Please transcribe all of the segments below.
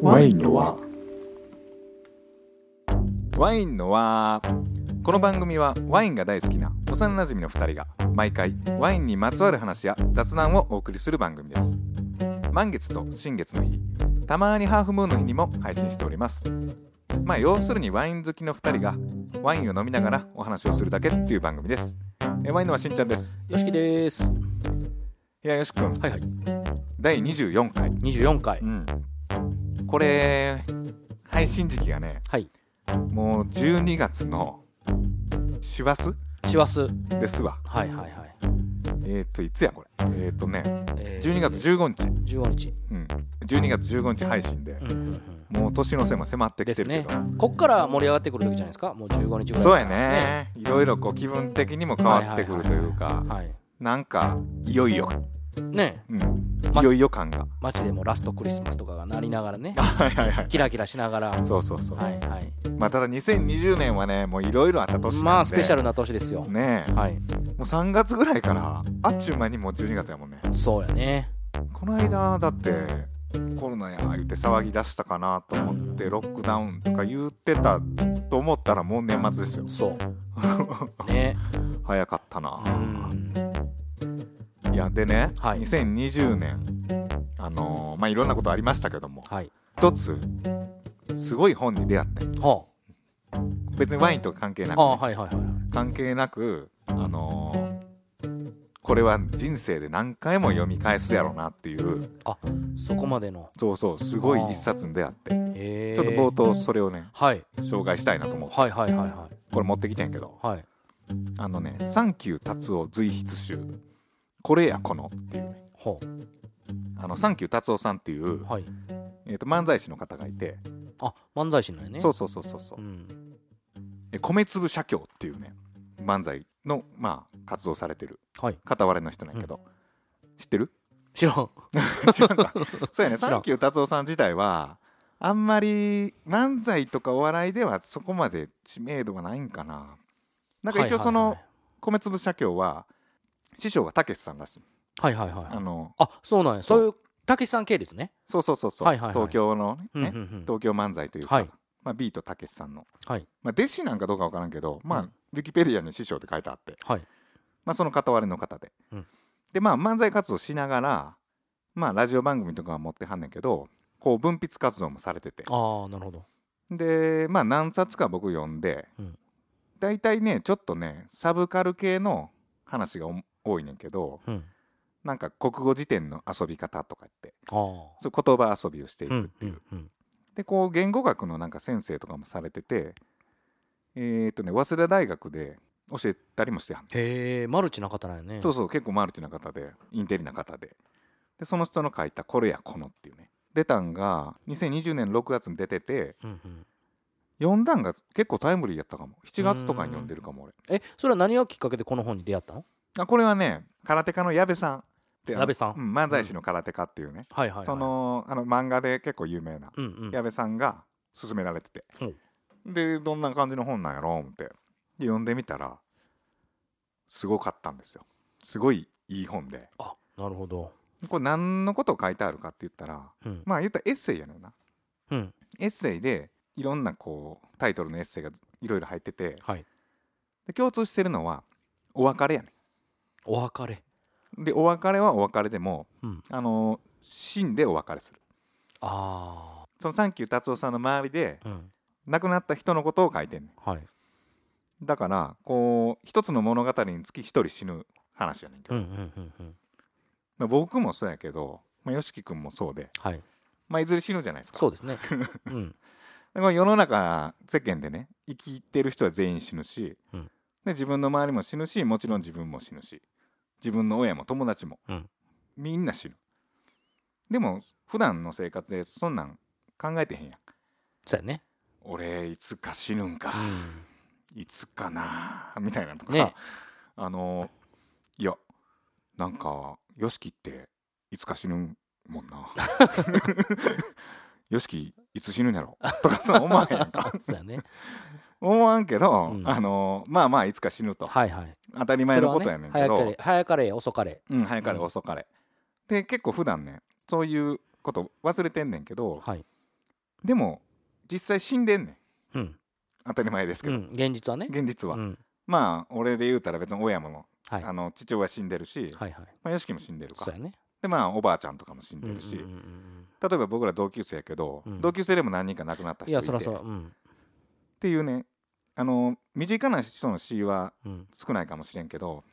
ワインの輪ワインの輪この番組はワインが大好きな幼馴染の2人が毎回ワインにまつわる話や雑談をお送りする番組です満月と新月の日たまにハーフムーンの日にも配信しておりますまあ要するにワイン好きの2人がワインを飲みながらお話をするだけっていう番組ですえワインのはしんちゃんですよしきです。いやよしくんはいはい。第24回二十四回う。んこれ配信時期がねはい。もう12月の師走師走。はいですわはいはい。えっ、といつやこれえっ、とねえー12月15日、十五日。うん、12月15日配信でうんうんうん。もう年の瀬も迫ってできてするけねど、。こっから盛り上がってくる時じゃないですか。もう十五日ぐらい。そうやね。いろいろこう気分的にも変わってくるというかはい。なんかいよいよ、ね。うん、まいよいよ感が街でもラストクリスマスとかがなりながらね。はいはいはいキラキラしながら。はそうそうそう、いはい。まあただ2020年はねもういろいろあった年なんでまあスペシャルな年ですよ。ねえはい。もう3月ぐらいからあっちゅう間にもう12月やもんねそうやね。この間だってコロナや言って騒ぎ出したかなと思ってロックダウンとか言ってたと思ったらもう年末ですよ そう。ね。早かったなう、ん。いやでね、はい2020年あのーまあいろんなことありましたけどもはい。一つすごい本に出会っては別にワインとか関係なあ。く、はあはいはいはい。関係なくあのーこれは人生で何回も読み返すやろうなっていうそこまでの。そうそうすごい一冊に出会ってちょええ。っと冒頭それをねはい。紹介したいなと思ってはいはいはいはい。これ持ってきてんけどはい。あのね「サンキュー達夫随筆集これやこの」っていうねほあのサンキュー達夫さんっていうう。、はい。えー、と漫才師の方がいて、あ漫才師なんやねそうそうそうそうそううん、え米粒社協っていうね漫才のまあ活動されてるはい片割れの人なんやけど、知ってる 知らん知らん かそうやね知らんサンキュー達夫さん自体はあんまり漫才とかお笑いではそこまで知名度がないんかななんか一応その米粒社協は師匠がたけしさんらしいはいはいはいはいはいあはいのあそうなんやそういうたけしさん系列ねそうそうそうそう、はいはいはい東京のね、うんうんうん東京漫才というか、はいまあ、ビートたけしさんの、はいまあ、弟子なんかどうかわからんけど、まあうんウィキペディアに師匠って書いてあって、はいまあ、その片割れの方で、うんでまあ漫才活動しながら、まあ、ラジオ番組とかは持ってはんねんけどこう文筆活動もされててああなるほどでまあ何冊か僕読んで、うん大体ねちょっとねサブカル系の話がお多いねんけどうんなんか国語辞典の遊び方とかってああそう言葉遊びをしていくうっんてういう、んうんでこう言語学のなんか先生とかもされててえっ、とね早稲田大学で教えたりもしてはんのへえマルチな方なんやねそうそう結構マルチな方でインテリな方ででその人の書いた「これやこの」っていうね出たんが2020年6月に出ててうんうん読んだんが結構タイムリーやったかも7月とかに読んでるかも俺えそれは何がきっかけでこの本に出会ったのあこれはね空手家の矢部さんってあの矢部さんうん、漫才師の空手家っていうね、はいはいはいそのあの漫画で結構有名なうんうん矢部さんが勧められてて、でどんな感じの本なんやろう思ってで読んでみたらすごかったんですよすごいいい本であなるほどこれ何のことを書いてあるかって言ったらうんまあ言ったらエッセイやねんなうんエッセイでいろんなこうタイトルのエッセイがいろいろ入っててはいで共通してるのはお別れやねお別れんでお別れはお別れでも、うんあの死んでお別れするあそのサンキュー達夫さんの周りであうん亡くなった人のことを書いてんねんはいだからこう一つの物語につき一人死ぬ話やねんけうど、んうんうんうんまあ僕もそうやけど、まあ、よしき君もそうで、はいまあ、いずれ死ぬじゃないですかそうですねうんだから世の中世間でね生きてる人は全員死ぬし、うんで自分の周りも死ぬしもちろん自分も死ぬし自分の親も友達も、うんみんな死ぬでも普段の生活でそんなん考えてへんやんそうやね俺いつか死ぬんか う、んいつかなみたいなとか、ねあのいやなんか YOSHIKI っていつか死ぬもんな YOSHIKI いつ死ぬんやろとかそう思わへんやん かそうやね思わんけど、うんあのまあまあいつか死ぬとはいはい当たり前のことやねんけど、それはね早かれ早かれ遅かれうん、早かれうん遅かれ、で結構普段ねそういうこと忘れてんねんけどはいでも実際死んでんねんうん、当たり前ですけうど、ん、現実はね現実は、うん、まあ俺で言うたら別に親もの,、はいあの父親死んでるし、はいはいまあ、よしきも死んでるそうかやねでまあおばあちゃんとかも死んうでんうるんうし、んうん例えば僕ら同級生やけど、うん同級生でも何人か亡くなったい人いやてそらそらうんっていうねあの身近な人の死はうん少ないかもしれんけど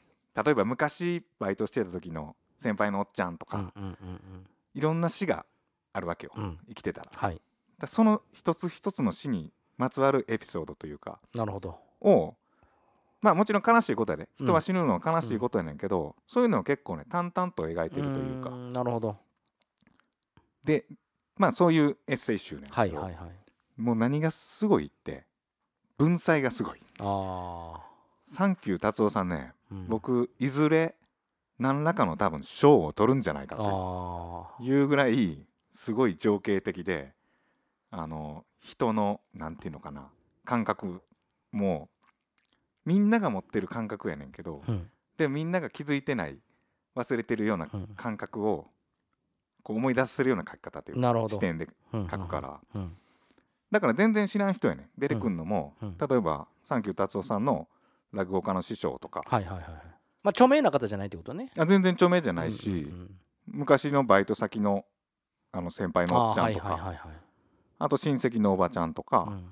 例えば昔バイトしてた時の先輩のおっちゃんとうか、んうんうんいろんな死があるわけよ、うんうん生きてたらだかはいらその一つ一つの死にまつわるエピソードというかなるほどをまあもちろん悲しいことやでうん人は死ぬのは悲しいことやねんけど、そういうのを結構ね淡々と描いてるというかーんなるほどでまあそういうエッセイ集ねんけど、はいはいはいもう何がすごいって文才がすごいああ、サンキュー達夫さんねうん、僕いずれ何らかの多分賞を取るんじゃないかとあいうぐらいすごい情景的であの人のなんていうのかな感覚もみんなが持ってる感覚やねんけどあうんでみんなが気づいてない忘れてるようなうん感覚をこう思い出せるような書き方というかなるほど視点でうん書くからうんだから全然知らん人やねん出てくんのもうん例えばサンキュー達夫さんの落語家の師匠とかはいはいはいはいまあ著名な方じゃないってことねあ全然著名じゃないし、うんうんうん昔のバイト先のあの先輩のおあっちーゃはんいとかあ,、はいはいはいと親戚のおばちゃんとか、うん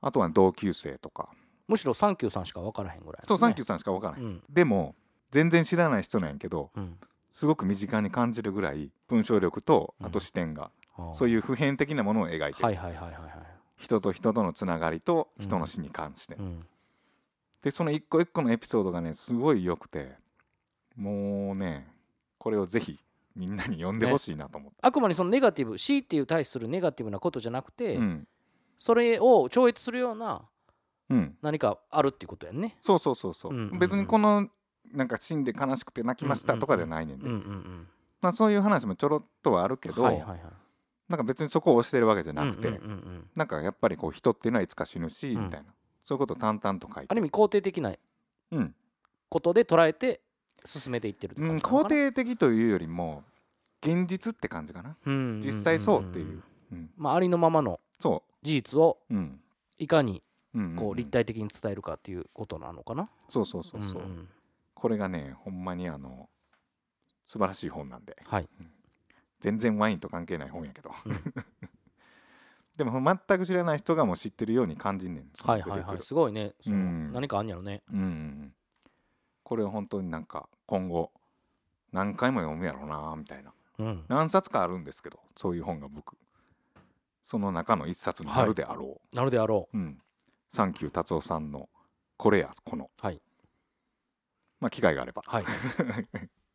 あとは同級生とかむしろサンキューさんしか分からへんぐらいそうサンキュューさんしか分からない、うんでも全然知らない人なんやけどうんすごく身近に感じるぐらい文章力とうんあと視点が、そそういういう普遍的なものを描いてる、はいはいはいはいはい人と人とのつながりと人の死に関して、うんでその一個一個のエピソードがねすごい良くてもうねこれをぜひみんなに読んでほしいなと思って、あくまでそのネガティブ死っていう対するネガティブなことじゃなくて、うんそれを超越するようなうん、何かあるっていうことやんねそうそうそうそう,、うんうんうん別にこのなんか死んで悲しくて泣きましたとかじゃないねんで、うんうんまあ、そういう話もちょろっとはあるけうど、んはいはいはいなんか別にそこを押してるわけじゃなくて、うんうんうんうんなんかやっぱりこう人っていうのはいつか死ぬし、うんみたいなそういうことを淡々と書いあてる意味肯定的なうん、ことで捉えて進めていってるってう感ん、じなの肯かな定的というよりも現実って感じかな、うんうんうんうん実際そうっていう、うん、まあありのままのそ事実をううんいかにうんうんうんこう立体的に伝えるかっていうことなのかなそうそうそうそう、んんこれがねほんまにあの素晴らしい本なんではい全然ワインと関係ない本やけど、 でも全く知らない人がもう知ってるように感じんねんはいはいはいすごいねそのうん何かあんやろねうんうんうんこれ本当になんか今後何回も読むやろうなみたいなうん何冊かあるんですけどそういう本が僕その中の一冊になるであろう、なるであろうん、サンキュー達夫さんの「これやこの」はいまあ機会があればうはい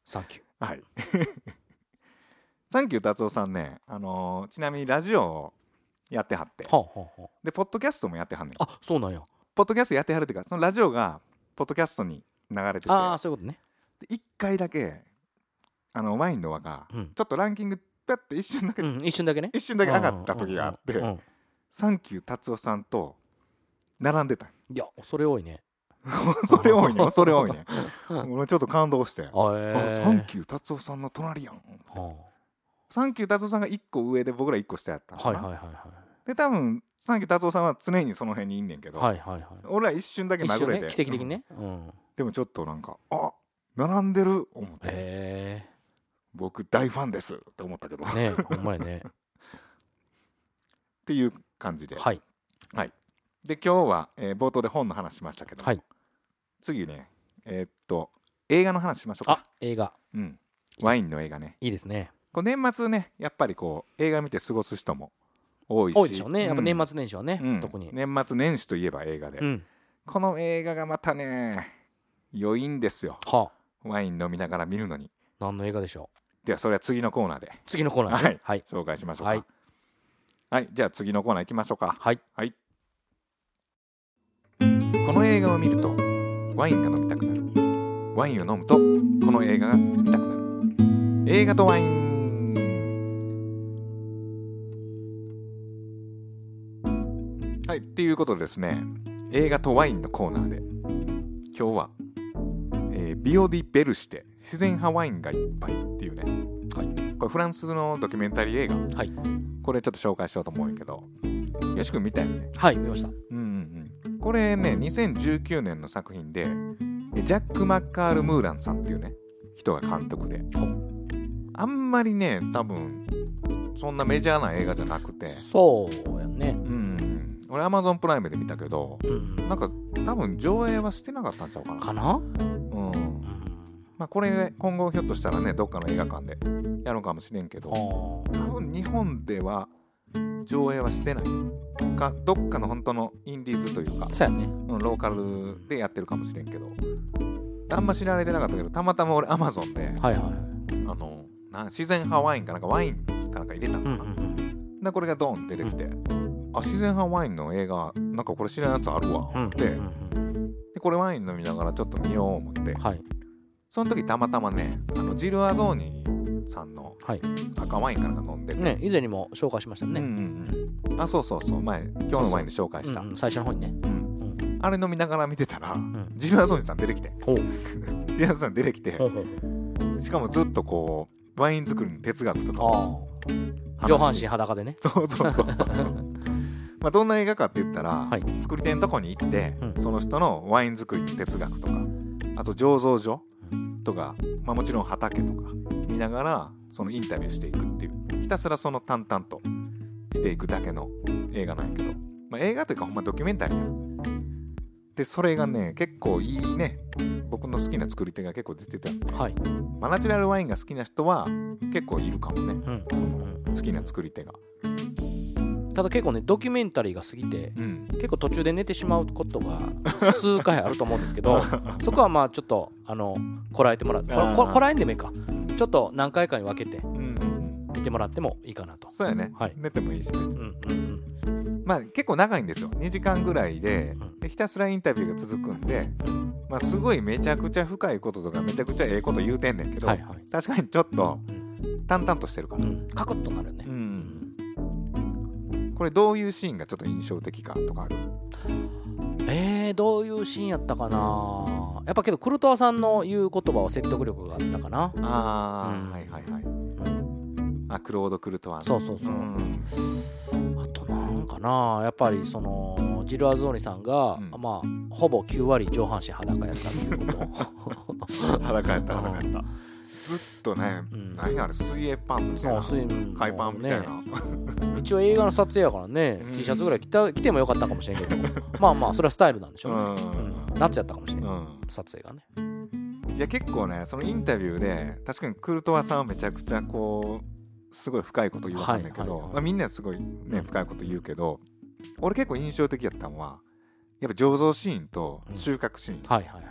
サンキューはい。 サンキュー達夫さんね、あのーちなみにラジオをやってはって、はあはあはで、ポッドキャストもやってはんねん。ああそうなんやポッドキャストやってはるっていうか、そのラジオがポッドキャストに流れてて、ああそういうことねで一回だけ、あの、ワインの輪が、うんちょっとランキング、ぴって一瞬だけ、うん一瞬だけね一瞬だけ上がった時があっうんうんうて、んサンキュー達夫さんと並んでた んいやそれ多いねそれ多いね、それ多いね。 うん俺ちょっと感動して、ああえサンキュー達夫さんの隣やん。サンキュー達夫さんが1個上で僕ら1個下やったのかはいなはいはいはいで多分サンキュー達夫さんは常にその辺にいんねんけど、はいはいはい俺は一瞬だけ一殴瞬れて、ね奇跡的にうんねうんでもちょっとなんかあ並んでる思って、へ僕大ファンですって思ったけど っえねえほんまやねていう感じで、はいで今日は、えー冒頭で本の話しましたけど、はい次ねえーっと映画の話しましょうかあ映画うん、ワインの映画ねいいですねこう年末ねやっぱりこう映画見て過ごす人も多いし多いでしょうねやっぱうん年末年始はねうん特に年末年始といえば映画で、うんこの映画がまたね良いんですよはワイン飲みながら見るのにあ何の映画でしょうではそれは次のコーナーで次のコーナーねはい紹介しましょうかははいい、じゃあ次のコーナー行きましょうかはいはいこの映画を見るとワインが飲みたくなるワインを飲むとこの映画が見たくなる映画とワインはいっていうことでですね映画とワインのコーナーで今日は、えービオディ・ベルシテ自然派ワインがいっぱいっていうね、はいこれフランスのドキュメンタリー映画はいこれちょっと紹介しようと思うんやけどよし君見たよねはい見ましたうんうんうんこれね2019年の作品でえジャック・マッカール・ムーランさんっていうね人が監督であんまりね多分そんなメジャーな映画じゃなくてそうやねうんうん俺 Amazon プライムで見たけどうんなんか多分上映はしてなかったんちゃうかなかなうんうんまあこれ今後ひょっとしたらねどっかの映画館でやるかもしれんけどあー多分日本では上映はしてないかどっかの本当のインディーズというか、そうやねうん、ローカルでやってるかもしれんけどあんま知られてなかったけどたまたま俺アマゾンではいはいあのな自然派ワインかなんかワインかなんか入れたのうかんな、でこれがドーンって出てきて、あ自然派ワインの映画なんかこれ知らんやつあるわ、うんうんでうんうんでこれワイン飲みながらちょっと見よう思ってはいその時たまたまねあのジル・アゾーニさんのはい赤ワインかなんか飲んでてね以前にも紹介しましたうんねうんうんあそうそうそう前今日のワインで紹介うしんたうん最初の方にねうんあれ飲みながら見てたら、んジル・アゾーニさん出てきてほう ジル・アゾーニさん出てきてほうほうしかもずっとこうワイン作りの哲学とかをああ上半身裸でねそうそうそうそう まあどんな映画かって言ったら、はい作り手のとこに行って、うんその人のワイン作りの哲学とかあと醸造所とか、まあ、もちろん畑とか見ながらそのインタビューしていくっていうひたすらその淡々としていくだけの映画なんやけど、まあ、映画というかほんまドキュメンタリーやでそれがね結構いいね僕の好きな作り手が結構出てたはいまあナチュラルワインが好きな人は結構いるかもねうんその好きな作り手がただ結構ねドキュメンタリーが過ぎてうん結構途中で寝てしまうこと が数回あると思うんですけ どそこはまあちょっとあのこらえてもらってこあーここらえんでもいいかちょっと何回かに分けてうんうんうん見てもらってもいいかなとそうやね、はい寝てもいいし別うにんうんうんまあ結構長いんですよ2時間ぐらいでうんでひたすらインタビューが続くんで、うんまあ、すごいめちゃくちゃ深いこととかめちゃくちゃええこと言うてんねんけど、はいはい確かにちょっとうん淡々としてるかうら、んカクッとなるよねううんんこれどういうシーンがちょっと印象的かとかあるえーどういうシーンやったかなやっぱけどクルトワさんの言う言葉は説得力があったかなあーはいはいはいうんあクロード・クルトワのそうそうそううんあとなんかなやっぱりそのジル・アゾーニさんが、うんまあほぼ9割上半身裸やったっていうこと裸やった裸やったずっとね、うん何やあれ水泳パンツみたいそなうスイム海パンみたいな、一応映画の撮影やからね、うん T シャツぐらい着た着てもよかったかもしれんけどまあまあそれはスタイルなんでしょうね、うんうん夏やったかもしれん、うん撮影がねいや結構ねそのインタビューで確かにクルトワさんはめちゃくちゃこうすごい深いこと言わはんだけはいど、はいはいまあ、みんなすごいねうん深いこと言うけど俺結構印象的やったのはやっぱ醸造シーンと収穫シーン、はいはいはい、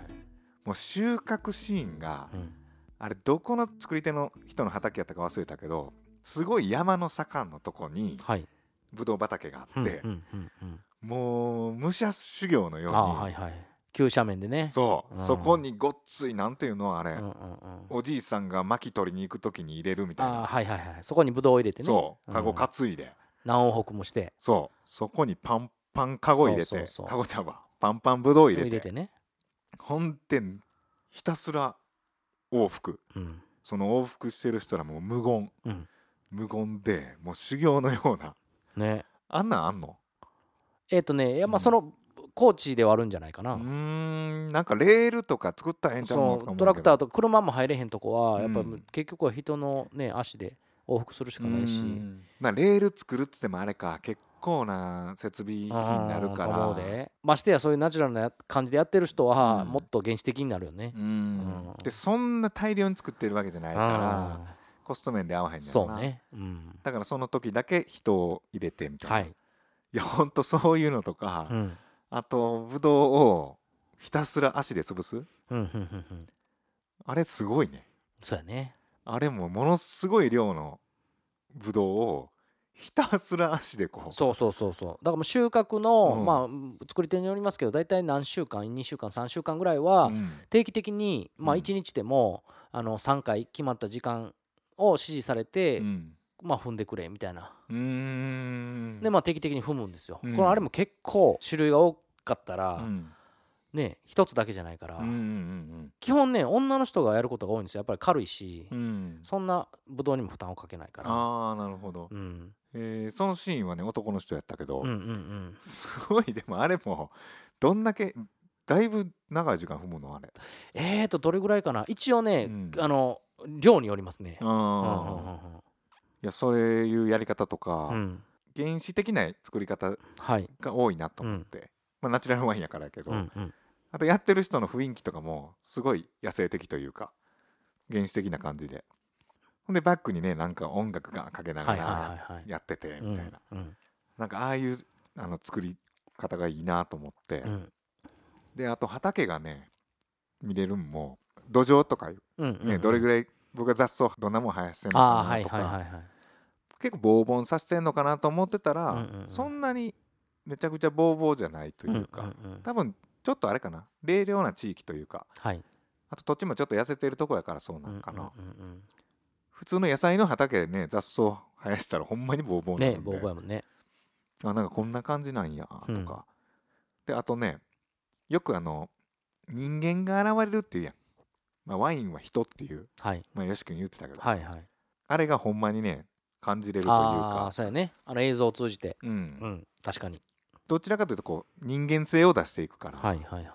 もう収穫シーンがうんあれどこの作り手の人の畑やったか忘れたけどすごい山の坂のとこにはいブドウ畑があうっんうて、んうんうんもう武者修行のようにああはいはい急斜面でねそう、うんそこにごっついなんていうのあれ、うんうんうんおじいさんが薪取りに行く時に入れるみたいなああはいはいはいそこにブドウを入れてねそう、うんカゴ担いで、何往復もしてそう、そこにパンパンカゴ入れそうそてうそ、うカゴちゃんはパンパンぶどう入入れれて、てね、ほんでひたすら往復、うんその往復してる人らもう無言、うん無言で、もう修行のような、 ねあんなんあんのえっ、とねいやうまあんそのコーチではあるんじゃないかうーな、ん、なんかレールとか作ったらええんちゃうのそとかう思トラクターーと車も入れへんとこはやっぱうん結局は人の、ね、足で往復するしかないし。まあ、レール作るっつってもあれか、結構な設備費になるかうんと思らう。でましてやそういうナチュラルな感じでやってる人はうんもっと原始的になるよねう。んうんでそんな大量に作ってるわけじゃないからあコスト面で合わへんーねんなそうね、うん、だからその時だけ人を入れてみたいな、、はいい、やほんとそういうのとか、うんあとブドウをひたすら足で潰すうんうんうんうん、あれすごいねそうやねあれもものすごい量のブドウをひたすら足でこうそうそうそうそうだからもう収穫の、うんまあうん作り手によりますけど大体何週間2週間3週間ぐらいうはん定期的に、まあ、うん1日でもあの3回決まった時間を指示されて、うんまあ踏んでくれみたいなうーんでまあ定期的に踏むんですよ、うんこのあれも結構種類が多かったら、うんね一つだけじゃないから、うんうん基本ね女の人がやることが多いんですよやっぱり軽いし、うんうんうんそんなブドウにも負担をかけないから、ああなるほど、うん、えーそのシーンはね男の人やったけど、うんうんうんすごいでもあれもどんだけだいぶ長い時間踏むのあれえーとどれぐらいかな一応ね、うんあの量によりますね、うんうんうんああいやそういうやり方とうんうかん原始的な作り方はいが多いなと思ってまあナチュラルワインやからやけどうんうんあとやってる人の雰囲気とかもすごい野生的というか原始的な感じでほんでバックにねなんか音楽がかけなはがいはいらはいはいやっててみたいなうんうんなんかああいうあの作り方がいいなと思ってうんであと畑がね見れるんも土壌とかうんうんねどれぐらい僕が雑草どんなもん生やしてんのああかはないとはいはいかはい結構ボーボンさせてんのかなと思ってたら、うんうんうんそんなにめちゃくちゃボーボーじゃないというか、んんうん多分ちょっとあれかな冷涼な地域というかはいあと土地もちょっと痩せてるとこやからそうなんかな、うんうんうん普通の野菜の畑でね雑草生やしたらほんまにボーボーうんになねるんで、ボーボーやもんねあなんかこんな感じなんやとか、うんであとねよくあの人間が現れるっていうやん、まあ、ワインは人っていう、はいまあ、よし君言ってたけど、はいはいあれがほんまにね感じれるというああかー、そうやねあの映像を通じてうんうん確かにどちらかというとこう人間性を出していくから、はいはいはい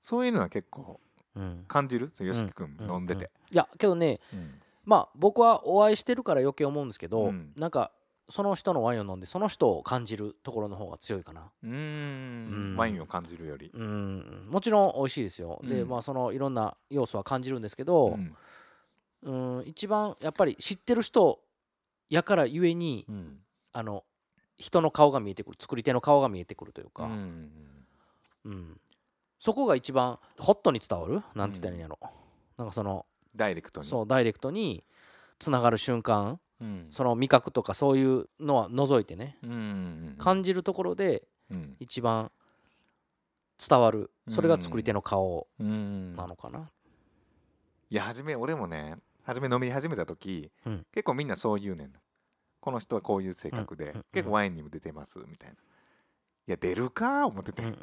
そういうのは結構うん感じるそのよしきくうんん飲んでて、いやけどねうんまあ僕はお会いしてるから余計思うんですけうどんなんかその人のワインを飲んでその人を感じるところの方が強いかなうーんうんワインを感じるより、うんもちろん美味しいですよでうんまあそのいろんな要素は感じるんですけどうんうん一番やっぱり知ってる人やからゆえにうんあの人の顔が見えてくる作り手の顔が見えてくるというか、うんうんそこが一番ホットに伝わるなんて言ったらいいんやろ、なんかそのダイレクトにそうダイレクトにつながる瞬間うんその味覚とかそういうのは除いてねうんうん感じるところでうん一番伝わるそれが作り手の顔うんなのかな、いや初め俺もね初め飲み始めた時、うん結構みんなそう言うねんこの人はこういう性格で、うんうん結構ワインにも出てますみたいないや出るか思ってて、うん、うん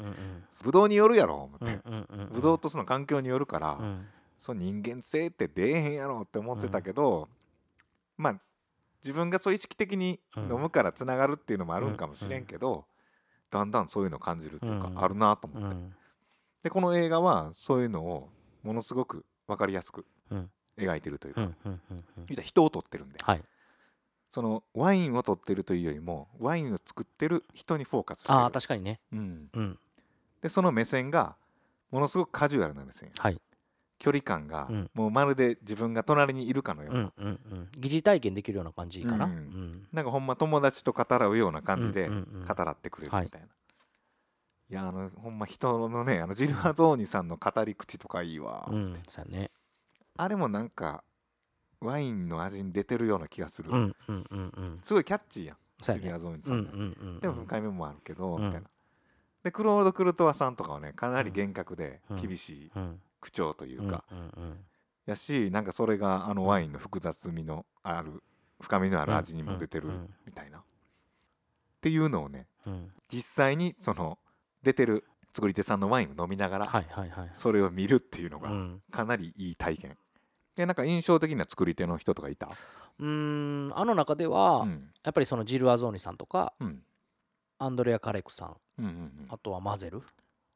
ブドウによるやろ思っうんうて、んうんうんうんブドウとその環境によるから、うんそう人間性って出えへんやろって思ってたけど、まあ自分がそう意識的に飲むからつながるっていうのもあるんかもしれんけど、だんだんそういうのを感じるというかうんあるなと思っうて、んでこの映画はそういうのをものすごく分かりやすくうん描いてるといううか、んうんうん言うたら人を撮ってるんではいそのワインを撮ってるというよりもワインを作ってる人にフォーカスしてるああ確かにねうん、うんでその目線がものすごくカジュアルな目線やはい距離感がうんもうまるで自分が隣にいるかのよううな、んうんうん疑似体験できるような感じかな、ううんんなんかほんま友達と語らうような感じでうんうんうん語らってくれるはいみたいな。いやあのほんま人のねあのジル・ハゾーニさんの語り口とかいいわ、うん、そうやね。あれもなんかワインの味に出てるような気がする、うんうんうんうん。すごいキャッチーやんそうジル・やね。ハゾーニさうんうんのやつ、んうん。でも深い目もあるけど、うんみたいなでクロード・クルトワさんとかはねかなり厳格でうん厳しいうん口調というか、うんうんやしなんかそれがあのワインの複雑味のある深みのある味にも出てるうんうんうんみたいな、っていうのをねうんうん。実際にその出てる作り手さんのワインを飲みながらはいはいはい。それを見るっていうのうがん、かなりいい体験でなんか印象的な作り手の人とかいたうーんあの中では、うんやっぱりそのジル・アゾーニさんとかうんアンドレア・カレクさんうんうんうんあとはマゼル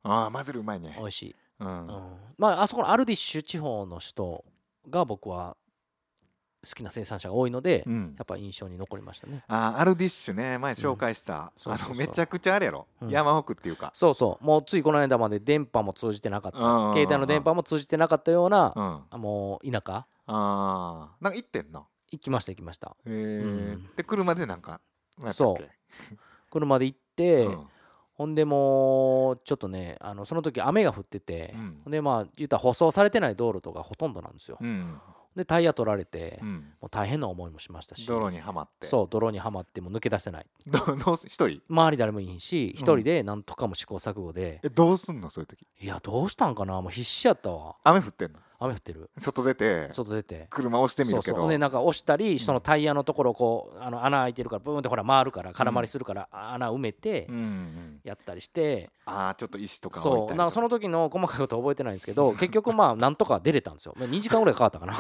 ああ混ぜるうまいね美味しい、うんうんまああそこのアルディッシュ地方の人が僕は好きな生産者が多いので、うんやっぱ印象に残りましたねあーアルディッシュね前紹介したそうあそうそのめうちゃくちゃあれやろうん山奥っていうかそうそうもうついこの間まで電波も通じてなかったうんうんうんうん携帯の電波も通じてなかったような、うんああもう田舎あーなんか行ってんな行きました行きましたへうえんで車でなんか何やったっそけ車で行って、うんほんでもうちょっとねあのその時雨が降ってて、うんほんでまあ言ったら舗装されてない道路とかほとんどなんですよ、うんでタイヤ取られて、うもんう大変な思いもしましたし泥にはまってそう泥にはまってもう抜け出せないどどうす一人周り誰もいいしん一人でなんとかも試行錯誤で、えどうすんのそういう時いやどうしたんかなもう必死やったわ雨降ってんの雨降ってる外出て外出て車押してみるけそうそどうでなんか押したりそのタイヤのところこうあの穴開いてるからブーンってほら回るから空回りするから、穴埋めてうんうんやったりして、ああちょっと石とか置いそたうりなんとかその時の細かいことは覚えてないんです けど結局まあなんとか出れたんですよ2時間ぐらいかかったかな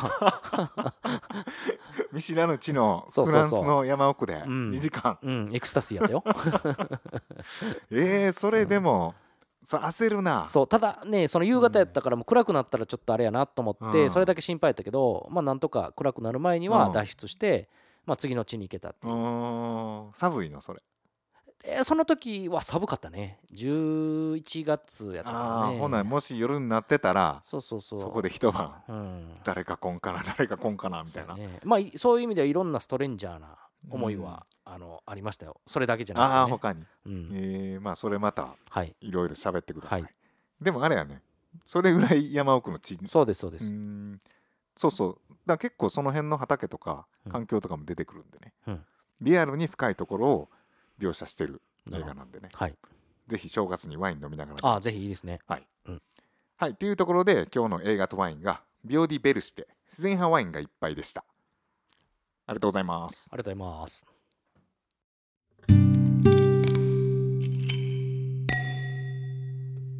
見知らぬ地のそうフそうそうランスの山奥でうん2時間、うんエクスタシーやっ たよえー、それでも、そう焦るなそうただねその夕方やったからもう暗くなったらちょっとあれやなと思って、うんそれだけ心配やったけどまあなんとか暗くなる前にうはん脱出して、まあ、次の地に行けたってういう、ーん寒いのそれでその時は寒かったね11月やったからああねーほなもし夜になってたらそうそうそうそこで一晩うん誰かこんかな誰かこんかなみたいな、そうねまあいそういう意味ではいろんなストレンジャーな思いは、あのありましたよそれだけじゃあなあくて、ね他に、うん、えー、まあそれまたはいいろいろ喋ってください、はいでもあれやねそれぐらい山奥の地うそうですそうです、ーんそうそうだから結構その辺の畑とかうん環境とかも出てくるんでね、うんリアルに深いところを描写してるな映るほ画どなんでねはいぜひ正月にワイン飲みながらああぜひいいですねはい、というところで今日の映画とワインがビオディ・ベルシテ自然派ワインがいっぱいでしたありがとうございますありがとうございます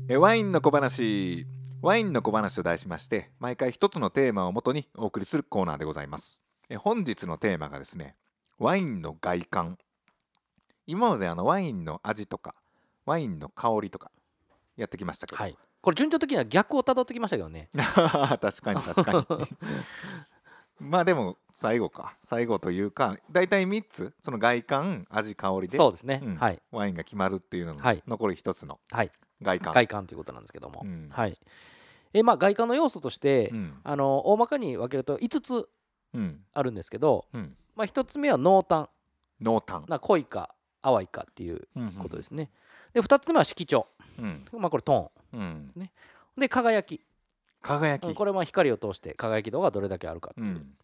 えワインの小話ワインの小話と題しまして毎回一つのテーマをもとにお送りするコーナーでございますえ本日のテーマがですねワインの外観今まであのワインの味とかワインの香りとかやってきましたけど、はいこれ順調的には逆をたどってきましたけど ね確かに確かに まあでも最後か最後というか大体3つその外観味香りでそうですね、うんはいワインが決まるっていうのの、はい残り一つのはい外観。外観ということなんですけども、うんはいえまあ外観の要素として、うんあの大まかに分けると5つうんあるんですけど、うん、まあ、1つ目は濃淡濃淡、な濃いか淡いかっていうことですすね、で2つ目は色調、うんまあ、これトうん、ーンで輝き輝き、うんこれはまあ光を通して輝き度がどれだけあるかってういう、ん、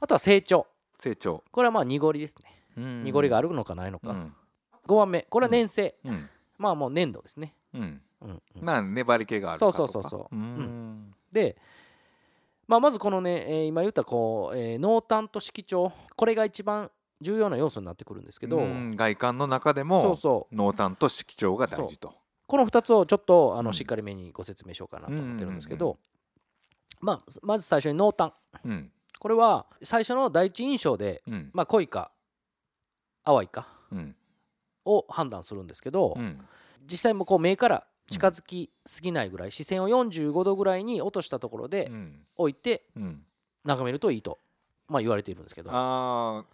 あとは成長成長、これはまあ濁りですね、うん濁りがあるのかないのか、うん5番目これは粘性、うんまあもう粘土ですね、うん、うんうんまあ粘り気があるかとかそうそうそうそうううんで、まあ、まずこのね、えー今言ったこう、えー濃淡と色調これが一番重要な要素になってくるんですけど、うん外観の中でそもうそう濃淡と色調が大事とこの2つをちょっとあの、うんしっかりめにご説明しようかなとうんうんうん思ってるんですけど、まあ、まず最初に濃淡うんこれは最初の第一印象で、うんまあ、濃いか淡いかうんを判断するんですけど、うん実際もこう目から近づきすぎないぐらい、視線を45度ぐらいに落としたところでうん置いてうん眺めるといいと、まあ、言われているんですけど、あー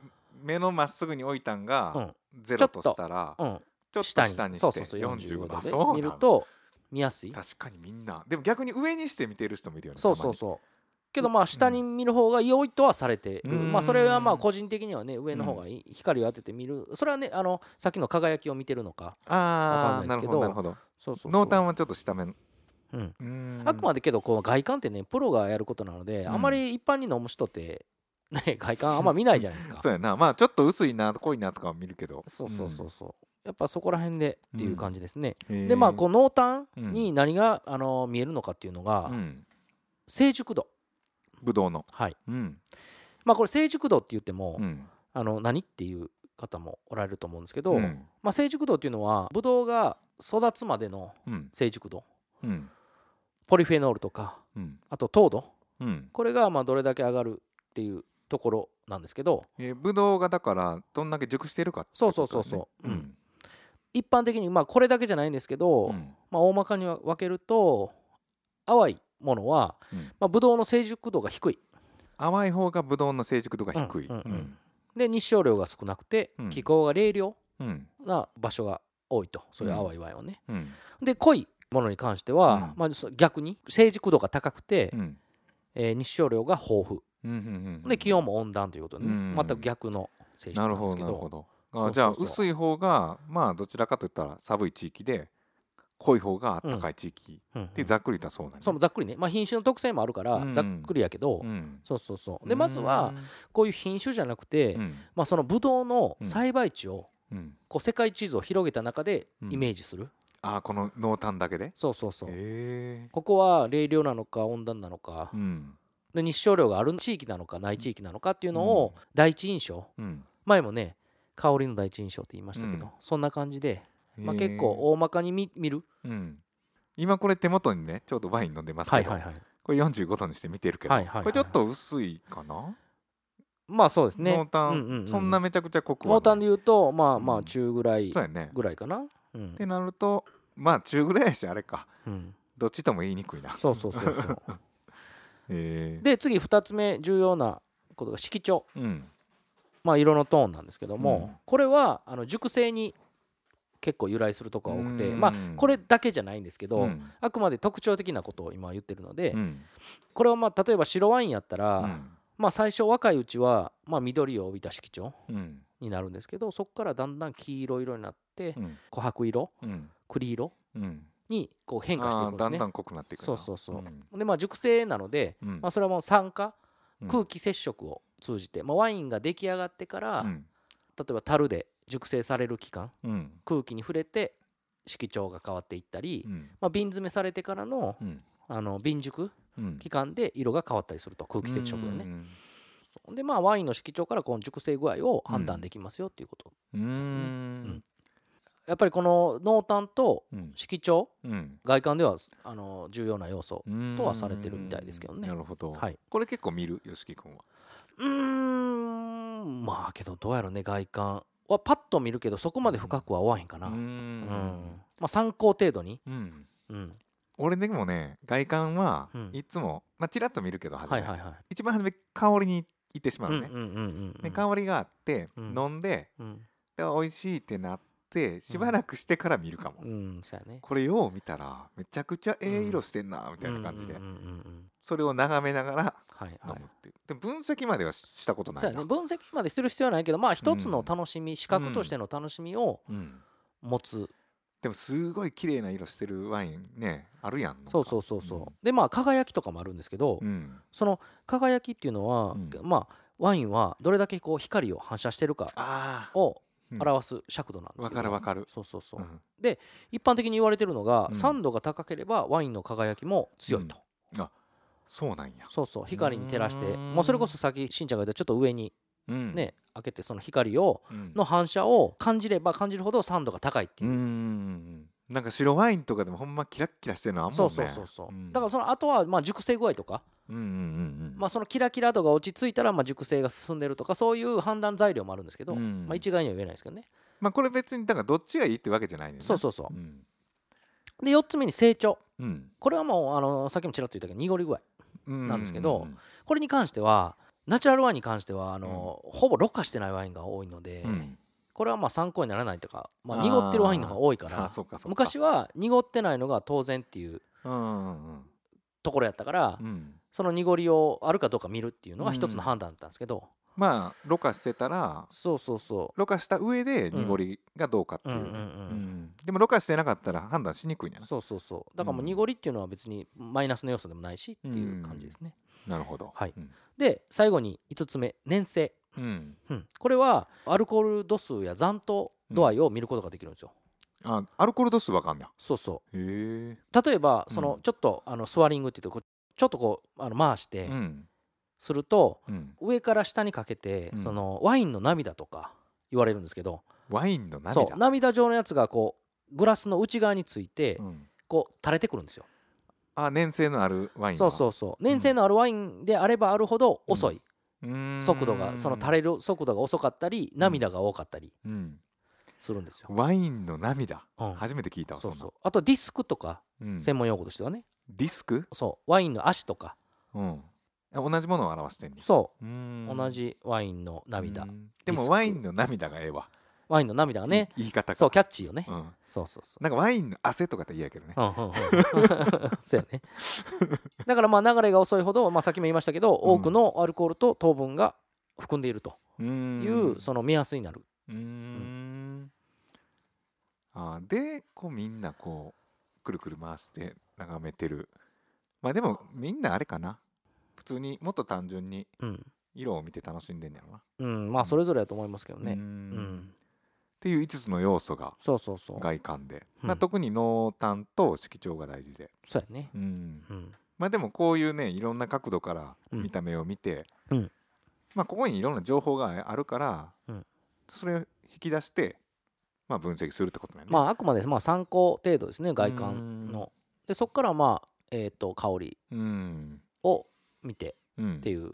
目のまっすぐに置いたんうがんゼロとしたらうん、ちょっと下にしてそうそうそう45 45度あ度そうなで見るんだと見やすい確かにみんなでも逆に上にして見てる人もいるよねそうそうそうけどまあ下に見る方が良いとはされてる、うんまあ、それはまあ個人的にはね上の方がいい、光を当てて見るそれはねあのさっきの輝きを見てるのかうああわかんなないるですけほどどなるほどそうそうそう濃淡はちょっと下目うんああくまでけどこう外観ってねプロがやることなので、んあんまり一般に飲む人って、ね、 外観あんま見ないじゃないですかそうやなまあちょっと薄いな濃いなとかは見るけどそうそうそうそう、やっぱそこら辺でっていう感じですね、うんでまあこへう濃淡に何が、あの見えるのかっていうーのが、うん成熟度ぶどうのはいうんまあこれ成熟度って言っても、うんあの何っていう方もおられると思うんですけど、うんまあ、成熟度っていうのはブドウが育つまでのうん成熟度うんポリフェノールとかうんあと糖度うんこれがまあどれだけ上がるっていうところなんですけどえーぶどうがだからどんだけ熟してるかってそうことそだうよねそうそう、ううんん一般的にまあこれだけじゃないんですけど、うんまあ、大まかには分けると淡いものは、うんまあ、ブドウの成熟度が低い淡い方がぶどうの成熟度が低いうんうんううんんで日照量が少なくて、うん気候が冷涼うんな場所が多いとそういう淡いワインはね、うんで濃いものに関しては、うんまあ、そ逆に成熟度が高くて、うんえー日照量が豊富うんうんうんで気温も温暖ということで、ねうん全く逆の性質ななるんでほすどけなどるほどそうそうあそうじゃあ薄い方がまあどちらかといったら寒い地域で濃い方が暖かい地域うんうんってざっくりとそうなんやそうざっくりね、まあ、品種の特性もあるから、うんざっくりやけど、うんそうそうそうでまずはこういう品種じゃなくて、うんまあ、そのブドウの栽培地うを、んこう世界地図を広げた中でうんイメージする、ああこの濃淡だけでそうそうそう、へえここは冷涼なのか温暖なのか、うんで日照量がある地域なのかない地域なのかっていうのを第一印象、うん前もね香りの第一印象って言いましたけど、うんそんな感じで、まあ、へえ結構大まかに見見るうん今これ手元にねちょうどワイン飲んでますけど、はいこれ45度にして見てるけど、はいはいはいこれちょっと薄いかな、まあそうですね濃淡、うんうんうん、そんなめちゃくちゃ濃くは濃淡でで言うとまあまうあん中ぐらいそうやねぐらいかな、うんってなるとまあ中ぐらいやしあれかうん、どっちとも言いにくいなそうそうそ うそうえー、で次2つ目重要なことが色調うんまあ色のトーンなんですけども、うんこれはあの熟成に結構由来するとこが多くてうんまあこれだけじゃないんですけど、うんあくまで特徴的なことを今言ってるので、うんこれはまあ例えば白ワインやったら、うんまあ最初若いうちはまあ緑を帯びた色調うんになるんですけどそこからだんだん黄色色になってうん琥珀色うん栗色うんにこう変化していくんですあーだねんだん濃くなっていくなそうそうそううんでまあ熟成なので、うんまあ、それはもう酸化、うん空気接触を通じて、まあ、ワインが出来上がってから、うん例えば樽で熟成される期間うん空気に触れて色調が変わっていったり、うんまあ、瓶詰めされてからのうんあの瓶熟うん期間で色が変わったりすると空気接触でうねんでまあワインの色調からこの熟成具合を判断できますよっていうこと、うんすねうんやっぱりこの濃淡とうん色調うん外観ではあの重要な要素うんとはされてるみたいですけどねなるほど、はいこれ結構見るよしき君はうーんまあけどどうやろうね外観はパッと見るけどそこまで深くは合わへんかな、ううんんまあ参考程度に、うんうん、俺でもね外観はうんいつも、まあ、ちらっと見るけど初はめ、いはいはい一番初め香りに行ってしまうのね、うんうんうんうんうんで香りがあって、うん飲んでうんで美味しいってなってしばらくしてから見るかも、うんそうやねこれよう見たらめちゃくちゃええ色してんなみたいな感じで、うんうんうんうんそれを眺めながらはい飲むはっいていう、で分析まではしたことなそういやなね分析までする必要はないけどまあ一つの楽しみ、視覚としての楽しみをうん持つ、でもすごい綺麗な色してるワインねあるやんなんかそうそうそうそう、でまあ輝きとかもあるんですけど、うんその輝きっていうのは、うんまあワインはどれだけこう光を反射してるかああをうん表す尺度なんですわけど、かるわかるそうそうそう、うん一般的に言われてるのが、うん酸度が高ければワインの輝きも強いと、そうなんや、そうそう光に照らしてうーんもうそれこそさっきしんちゃんが言ったちょっと上にうん、ね、開けてその光をうんの反射を感じれば感じるほど酸度が高いってういんう、うんうんうんなんか白ワインとかでもほんまキラッキラしてるのあんそもんうねそうそうそう、んだからその後はまあ熟成具合とか、うんうんうんうんまあ、そのキラキラ度が落ち着いたらまあ熟成が進んでるとかそういう判断材料もあるんですけど、うんまあ、一概には言えないですけどね、まあこれ別にだからどっちがいいってわけじゃないねんなそうそうそううんで4つ目に成長うんこれはもうあのさっきもちらっと言ったけど濁り具合うんなんですけどこれに関してはナチュラルワインに関してはあの、ほぼろ過してないワインが多いので、うんこれはまあ参考にならないとか、まあ、濁ってるワインの方が多いかあーらそうかそうか昔は濁ってないのが当然っていううんうんところやったから、うんうんその濁りをあるかどうか見るっていうのが一つうんの判断だったんですけど、まあろ過してたらそうそうそろ過した上で濁りがどうかってう。いうう、んうんうんうんでもろ過してなかったら判断しにくいんやなそうそうそうだからもううん濁りっていうのは別にマイナスの要素でもないしっていう感じですね、なるほどはいうんで最後に5つ目粘性、うんうん、これはアルコール度数や残糖度合いを見ることができるんですよ、あアルコール度数わかんねそうそやへう例えばうんそのちょっとあのスワリングっていうとこうちょっとこうあの回しえてうんするとうん上から下にかけてうんそのワインの涙とか言われるんですけどワインの涙そう涙状のやつがこうグラスの内側についてうんこう垂れてくるんですよあ粘性のあるワインそうそうそう粘性のあるワインであればあるほど遅い、う速度がその垂れ、れる速度が遅かったり涙が多かったりうん、するんですよ、ワインの涙うん初めて聞いたわそそんうなそうあとディスクとかうん専門用語としてはね、ディスク、そうワインの足とかうん、同じものを表してんねそうう、ん同じワインの涙、うんでディスもクワインの涙がええわワインの涙がねい言い方がそうキャッチーよね、うん、そうそうそうなんかワインの汗とかって嫌やけどねうんうんうん そうやねだからまあ流れが遅いほど、まあ、さっきも言いましたけどうん多くのアルコールと糖分が含んでいるとういんうその目安になるうーんあーでこうみんなこうくるくる回して眺めてるまあでもみんなあれかな普通にもっと単純にうん、色を見て楽しんでんやろなうん、まあそれぞれだと思いますけどね、うーんうんっていう5つの要素がそうそうそう外観で、うんまあ、特に濃淡と色調が大事で、そうやねうんうんまあ、でもこういうねいろんな角度からうん見た目を見て、うんまあ、ここにいろんな情報があるから、うんそれを引き出して、まあ、分析するってことだよね。まああくまでまあ参考程度ですね外観のでそこからまあえっと香りうんを見てうん、っていう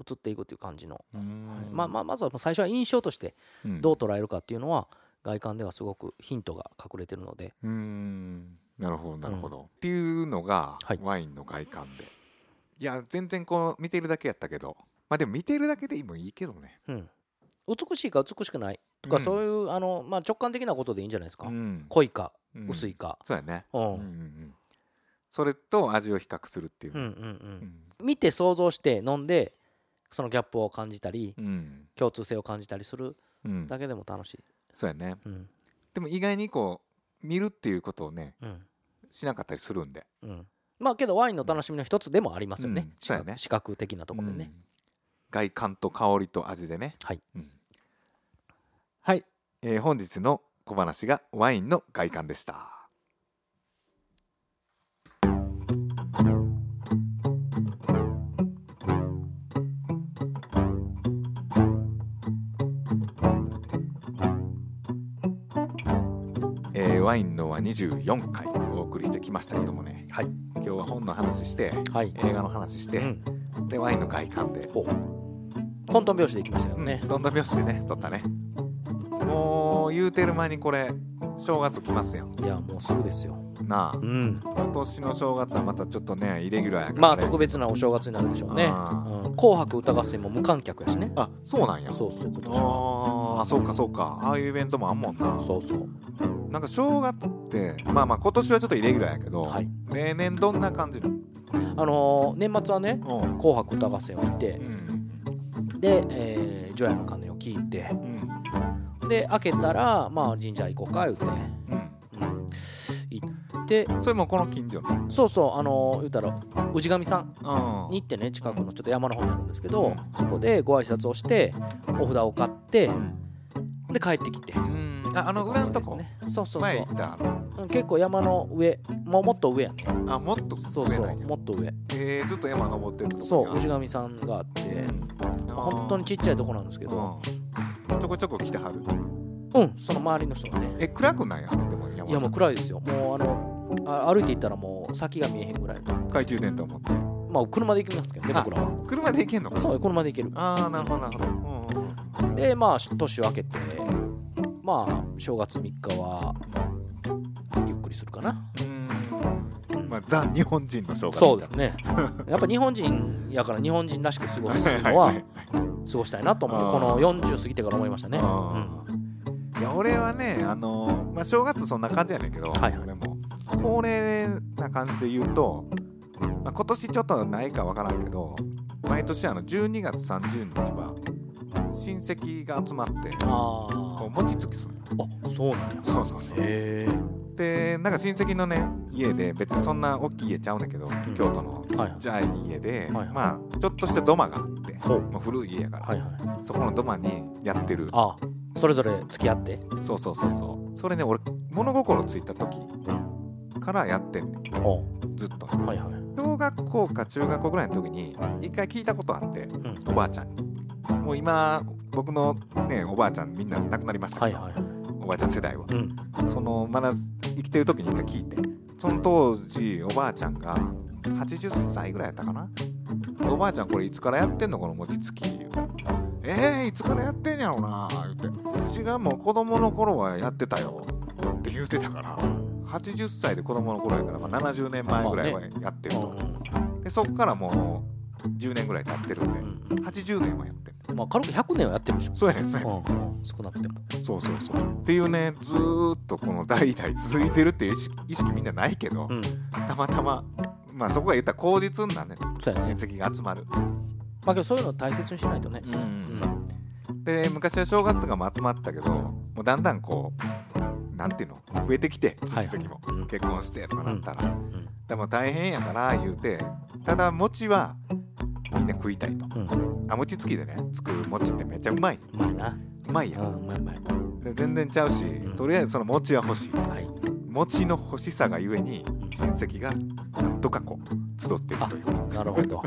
移っていくっていう感じのうんはいまあまあまずは最初は印象としてうんどう捉えるかっていうのは外観ではすごくヒントが隠れてるのでうーんなるほどなるほど、っていうのがはいワインの外観で、い、や全然こう見てるだけやったけどまあでも見てるだけでもいいけどねうん美しいか美しくないとかうんそういうあのまあ直感的なことでいいんじゃないですかうん濃いかうん薄いかそうやね、ううんうんんうん、それと味を比較するっていううんうね、んうん見て想像して飲んでそのギャップを感じたりうんうん共通性を感じたりするうんだけでも楽しいそうやねうんでも意外にこう見るっていうことをねうんしなかったりするんでうんまあけどワインの楽しみの一つでもありますよね,、うんそうやね視覚的なところでうね、ん外観と香りと味でねはい、うんはい、えー本日の小話がワインの外観でしたえーワインのは24回お送りしてきましたけどもね、はい今日は本の話してはい、映画の話して、うん、でワインの外観でほうトントン拍子でいきましたよね、どんな拍子でね撮ったねもう言うてる間にこれ正月来ますよいやもうすぐですよなあうん今年の正月はまたちょっとねイレギュラーやから、ね、まあ特別なお正月になるでしょうねあ「うん紅白歌合戦」も無観客やしねあそうなんやそうそう今年はああそうかそうかああいうイベントもあんもんなそうそうなんか正月ってまあまあ今年はちょっとイレギュラーやけど、はい例年どんな感じなあのー年末はねの「紅白歌合戦」を見てうんでえー除夜の鐘を聞いてうんで開けたらまあ神社行こうか言うて、ううんん、行ってそれもこの近所のそうそうあのー言うたら氏神さんうんに行ってね近くのちょっと山の方にあるんですけど、うんそこでご挨拶をしてお札を買ってうんで帰ってきてうんああの裏のとこ、って感じですねそうそう前そ行ったううん結構山の上もうもっと上やねあもっとそう上そなうんやもっと上えー、ずっと山登ってるとこにそうあ氏神さんがあってうんまあ本当にちっちゃいとこなんですけどうんちょこちょこ来てはるうんその周りの人がねえ暗くないやでも山いやもう暗いですよもうあのあ歩いていったらもう先が見えへんぐらいの懐中電灯持ってまあ車で行きますけどねあ僕らは車で行けんのかそう車で行けるああなるほどなるほどうんでまあし年を明けてまあ正月3日はゆっくりするかな、うんうんまあザ日本人の正月そうですね やっぱ日本人やから日本人らしく過ごすのは過ごしたいなと思ってあーこの40過ぎてから思いましたねあーいや俺はねあのーまあ正月そんな感じやねんけど、はいはい俺も恒例な感じで言うと、まあ、今年ちょっとないかわからんけど毎年あの12月30日は親戚が集まってあこうー餅つきするあそうなんやそうそうそうへでなんか親戚のね家で別にそんな大きい家ちゃうねんだけど、ん京都のえはいはいじゃあ家で、はいはいまあちょっとした土間があって、ほうまあ、古い家やから、はいはいそこの土間にやってるあそれぞれ付き合ってそうそうそうそうそれね俺物心ついた時からやってんねんおずっとはいはい小学校か中学校ぐらいの時に一回聞いたことあってうんおばあちゃんにもう今僕のねおばあちゃんみんな亡くなりましたはけいど、はいはいおばあちゃん世代はうんそのまだ生きてる時に一回聞いてその当時おばあちゃんが80歳ぐらいやったかなおばあちゃんこれいつからやってんのこの餅つき言うからえー、いつからやってんやろな言ってうちがもう子供の頃はやってたよって言うてたから80歳で子供の頃やから、まあ、70年前ぐらいはやってるうと、んでそっからもう10年ぐらい経ってるんでうん80年はやってるまあ軽く100年はやってるでしょそうやねんそうやねんうんうん少なくてもそうそうそうっていうねずーっとこの代々続いてるっていう意識意識みんなないけど、うんたまたままあそこが言ったら口実なんねそうや親ね戚が集まる、まあけどそういうのを大切にしないとねうんで昔は正月とかも集まったけどもうだんだんこうなんていうの増えてきて親はい戚も、うん結婚してとかなったら、うんでも大変やから言うてただ餅はみんな食いたいとうんあ餅つきでね作る餅ってめっちゃうまいうまいなうまいや、うんんうまいうまいで全然ちゃうし、うんとりあえずその餅は欲しいはい、餅の欲しさがゆえに親戚がなんとかこう集っていくというなるほど。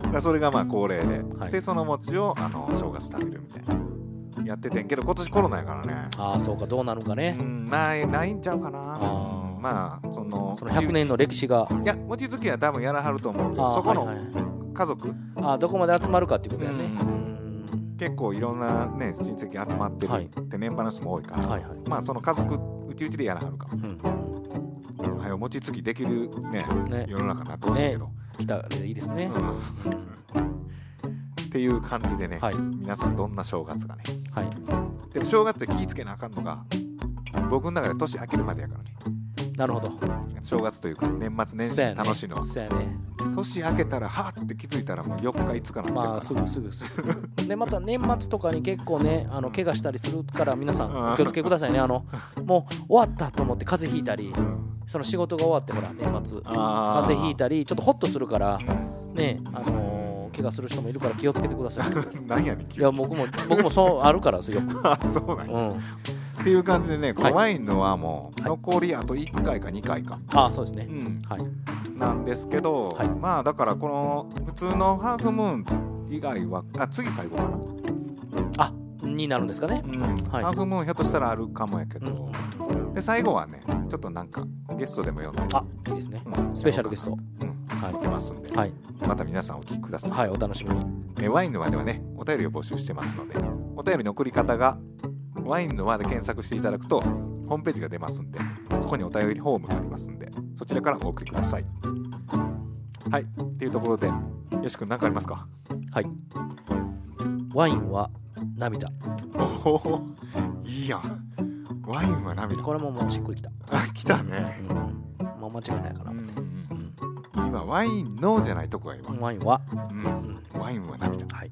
だからそれがまあ恒例で、はいでその餅をあの正月食べるみたいなやっててんけど今年コロナやからねああ、そうか、どうなるんかねう。んないないんちゃうかなあーまあそのその100年の歴史が。いや餅つきは多分やらはると思うけあどーそこはいのはい家族、あーどこまで集まるかっていうことやね。うんうん結構いろんなね親戚集まってるはいって年配の人も多いから、はいはい。まあその家族うちうちでやらはるかうんもはよ餅つきできるねね、世の中になってほしいけど、来たらいいですね。うん っていう感じでね、はい皆さんどんな正月がねはい。でも正月で気ぃつけなあかんのが僕の中で年明けるまでやからねなるほど。正月というか年末年そう始やね楽しいのは、そうやね。年明けたらはーって気づいたらもう4日5日なってるから、まあすぐすぐすぐでまた年末とかに結構ねあの怪我したりするから皆さうんんお気をつけくださいねあのもう終わったと思って風邪ひいたりうんその仕事が終わってほら年末あ風邪ひいたたりちょっとホッとするからねあのー怪我する人もいるから気をつけてくださ いなんやねんい急にや僕も僕もそうあるからですよく、あそうなんうや、ん、っていう感じでねこはいのワインのはもうはい残りあと1回か2回か、ああそうですねうんはいなんですけど、はいまあだからこの普通のハーフムーン以外はあ次最後かな、うんあになるんですかねはいハーフムーンひょっとしたらあるかもやけうど、んで最後はねちょっとなんかゲストでも呼んで、あいいですねうんスペシャルゲストうんはやってますんでいはい、また皆さんお聞きください、はい、お楽しみにえワインの輪ではねお便りを募集してますのでお便りの送り方がワインの輪で検索していただくとホームページが出ますんでそこにお便りフォームがありますんでそちらからお送りくださいはいっていうところでよし君何かありますかはいワインは涙おおいいやんワインは涙これももうしっくりきたあ 来たねうん、まあ間違いないかうな、んうんうんうん今ワインのじゃないとこがいいわ、ワインは、うん、うんワインは涙はい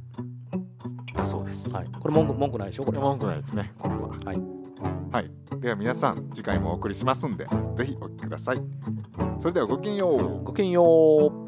だそうですはい、これ文句文句ないでしょこれ文句ないですねこれははいはい、では皆さん次回もお送りしますんでぜひお聞きくださいそれではごきげんようごきげんよう